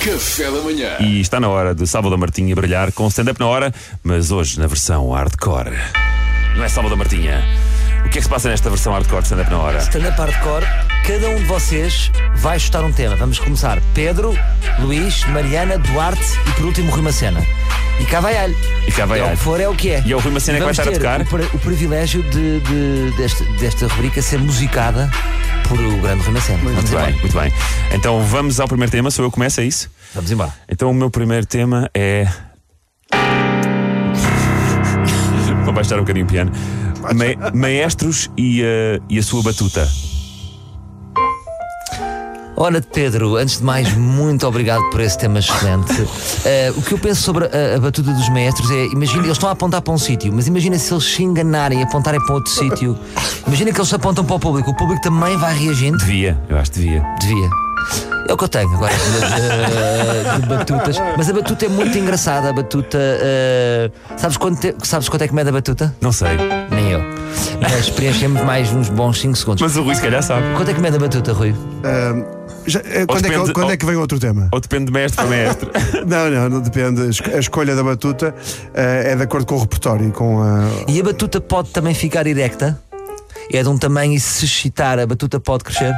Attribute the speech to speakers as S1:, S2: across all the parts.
S1: Café da manhã.
S2: E está na hora de Sábado Martinha brilhar com stand-up na hora, mas hoje na versão hardcore. Não é Sábado Martinha. O que é que se passa nesta versão hardcore de stand-up na hora?
S3: Stand-up é hardcore, cada um de vocês vai chutar um tema. Vamos começar. Pedro, Luís, Mariana, Duarte e por último Rui Macena. E cá vai alho.
S2: E cá vai
S3: É o
S2: alho.
S3: que for, é o que é.
S2: E é o Rui Macena que
S3: Vamos
S2: vai estar a tocar?
S3: ter O, pri- o privilégio de, de- deste- desta rubrica ser musicada por o grande Rui Macena. Vamos
S2: Muito
S3: embora.
S2: bem, muito bem. Então vamos ao primeiro tema, sou eu que começo, é isso?
S3: Vamos embora.
S2: Então o meu primeiro tema é. Vou baixar um bocadinho o piano. Ma- maestros e, eh, e a sua batuta.
S3: Ora, Pedro, antes de mais, muito obrigado por esse tema excelente. Eh, o que eu penso sobre a, a batuta dos maestros é: imagina, eles estão a apontar para um sítio, mas imagina se eles se enganarem e apontarem para outro sítio. Imagina que eles se apontam para o público, o público também vai reagindo.
S2: Devia, eu acho que devia.
S3: Devia. É o que eu tenho agora de, de- de batutas. Mas a batuta é muito engraçada. A batuta. eh, sabes, quanto te- sabes quanto é que mede a batuta?
S2: Não sei.
S3: Nem eu. Mas preenchemos mais uns bons 5 segundos.
S2: Mas o Rui se calhar sabe.
S3: Quanto é que mede a batuta, Rui?
S4: Ahm, já- eh, quando, é
S2: depende-
S4: que, quando é que vem outro tema?
S2: Ou depende de mestre para mestre.
S4: Não, não, não depende. A esco- A escolha da batuta eh, é de acordo com o repertório, com a.
S3: E a batuta pode também ficar erecta? É de um tamanho e se excitar, a batuta pode crescer?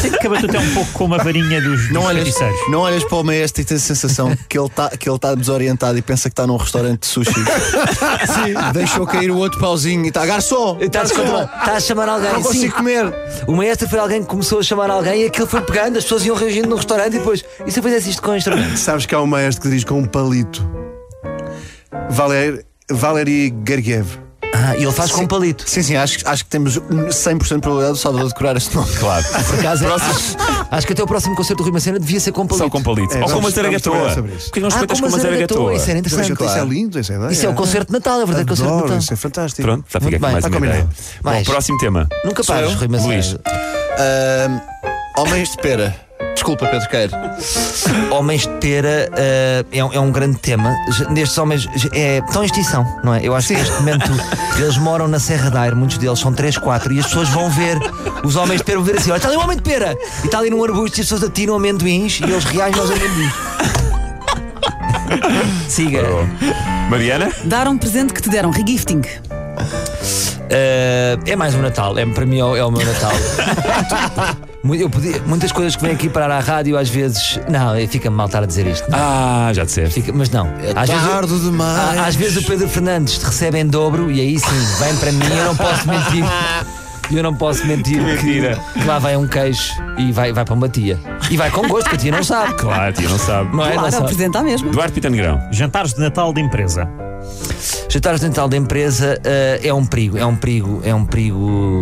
S5: Sinto que a batuta é um pouco como a varinha dos,
S6: Não
S5: dos
S6: olhas,
S5: feiticeiros.
S6: não olhas para o maestro e tens a sensação que ele está tá desorientado e pensa que está num restaurante de sushi. Sim, deixou cair o outro pauzinho e está garçom.
S2: tá
S3: Está a, chamar- está a chamar alguém.
S6: Não
S3: Sim,
S6: consigo comer.
S3: o maestro foi alguém que começou a chamar alguém e aquilo foi pegando, as pessoas iam reagindo no restaurante e depois. E se eu fizesse isto com um instrumento?
S4: Sabes que há um maestro que diz com um palito. Valer, Valery Gergiev.
S3: Ah, e ele faz com um palito.
S6: Sim, sim, acho, acho que temos 100% de probabilidade de Salvador decorar este nome.
S2: Claro.
S3: Por acaso, acho, acho que até o próximo concerto do Rui Macena devia ser com palito.
S2: Só com palito.
S4: É,
S2: Ou com
S4: vamos-
S2: uma
S4: vamos
S2: zaragatoa.
S4: falar sobre isso.
S2: Porque não
S3: Ah,
S2: espetas
S3: com
S2: com uma
S3: uma
S2: zaragatoa.
S3: zaragatoa, isso era interessante.
S4: Isso é lindo, isso é ideia.
S3: Isso é o concerto de Natal, é o verdadeiro concerto de
S4: Adoro,
S3: Natal.
S4: Isso é fantástico.
S2: Pronto, já fica
S3: Muito
S2: aqui
S3: bem,
S2: mais
S3: está
S2: uma
S3: combinado.
S2: ideia.
S3: Mais.
S2: Bom, próximo tema.
S3: Nunca pares, Rui
S2: Luís.
S3: Macena.
S6: Ahm, homens de pera. Desculpa, Pedro Queiro.
S3: Homens de Pera eh, é, um, é um grande tema. Já- Nestes homens já- é, estão em extinção, não é? Eu acho que neste momento eles moram na Serra da Aire, muitos deles são 3, 4, e as pessoas vão ver, os homens de Pera vão ver assim: olha, está ali um homem de Pera! E está ali num arbusto e as pessoas atiram amendoins e eles reagem aos amendoins. Siga.
S2: Mariana?
S7: Dar um presente que te deram, regifting.
S3: Eh, é mais um Natal, é, para mim é o, é o meu Natal. Mu- Eu podia- muitas coisas que vêm aqui parar à rádio às vezes. Não, fica-me mal estar a dizer isto.
S2: Ah, já disseste.
S3: Fica- mas não.
S2: É
S3: Às vezes eu-
S6: Tardo demais.
S3: Ah, Às vezes o Pedro Fernandes te recebe em dobro e aí sim, vem para mim, eu não posso mentir. Eu não posso mentir
S2: Que mentira.
S3: que, que lá vai um queijo e vai, vai para uma tia. E vai com gosto, que a tia não sabe.
S2: Claro, tio, Ah, não sabe.
S3: Não é?
S7: Claro, é
S3: não
S7: o
S3: sabe.
S7: presente à mesma.
S2: Duarte Pita Negrão.
S5: Jantares de Natal de empresa.
S3: Jantares de Natal da empresa eh, é um perigo, é um perigo, é um perigo.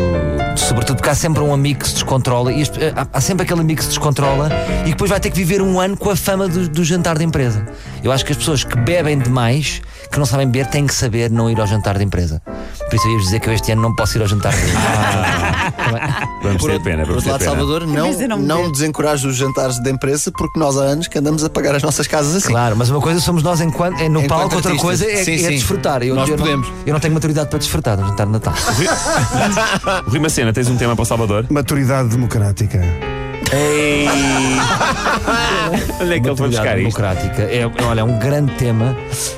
S3: Sobretudo porque há sempre um amigo que se descontrola e as- eh, há- há sempre aquele amigo que se descontrola e que depois vai ter que viver um ano com a fama do, do jantar da empresa. Eu acho que as pessoas que bebem demais, que não sabem beber, têm que saber não ir ao jantar da empresa. Por isso eu ia dizer que eu este ano não posso ir ao jantar da empresa.
S2: Vamos
S6: Por
S2: ter pena,
S6: outro
S2: vamos ter
S6: lado,
S2: pena.
S6: Salvador, não,
S7: Mas eu não
S6: não,
S7: me vejo.
S6: desencoraje os jantares da empresa porque nós há anos que andamos a pagar as nossas casas assim.
S3: Claro, mas uma coisa somos nós enquanto, é no
S6: Enquanto
S3: palco, outra
S6: artistas.
S3: coisa é,
S6: Sim,
S3: é
S6: sim.
S3: desfrutar. Eu,
S6: Nós
S3: eu
S6: podemos.
S3: Não, eu não tenho maturidade para desfrutar no jantar de Natal.
S2: Rui Macena, tens um tema para o Salvador?
S4: Maturidade democrática.
S2: Ei! Onde é que ele foi buscar
S3: Maturidade
S2: isto?
S3: democrática é, é, olha, é um grande tema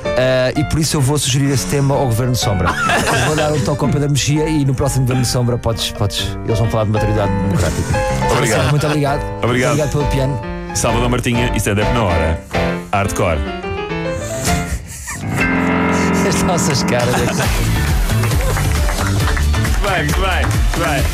S3: ah, e por isso eu vou sugerir esse tema ao Governo de Sombra. Eu vou dar um toque ao Pedro Mexia e no próximo Governo de Sombra podes, podes, eles vão falar de maturidade democrática.
S2: Obrigado.
S3: Muito obrigado.
S2: Obrigado.
S3: Obrigado pelo piano.
S2: Salvador Martinha e stand-up na hora. Hardcore.
S3: As nossas caras.
S2: Vai, vai, vai.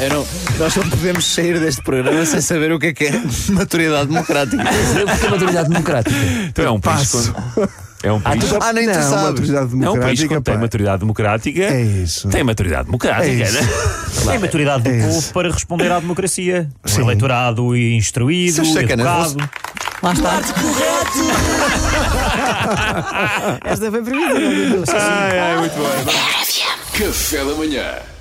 S6: Eu não- nós não podemos sair deste programa sem saber o que é que é maturidade democrática.
S3: O que é maturidade democrática?
S2: Então é um país. com- É um país.
S6: Ah, nem
S4: não,
S6: tu sabes.
S4: maturidade
S2: É um país que
S4: democrática.
S2: tem
S4: pá.
S2: maturidade democrática.
S4: É isso.
S2: Tem maturidade democrática,
S4: É isso.
S2: né?
S5: Tem maturidade do
S4: É isso.
S5: povo para responder à democracia. Um eleitorado instruído,
S6: Seus sacanas,
S5: educado.
S7: Lá está. Esta foi para mim.
S2: Ai, ai, muito bom.
S1: Café da manhã.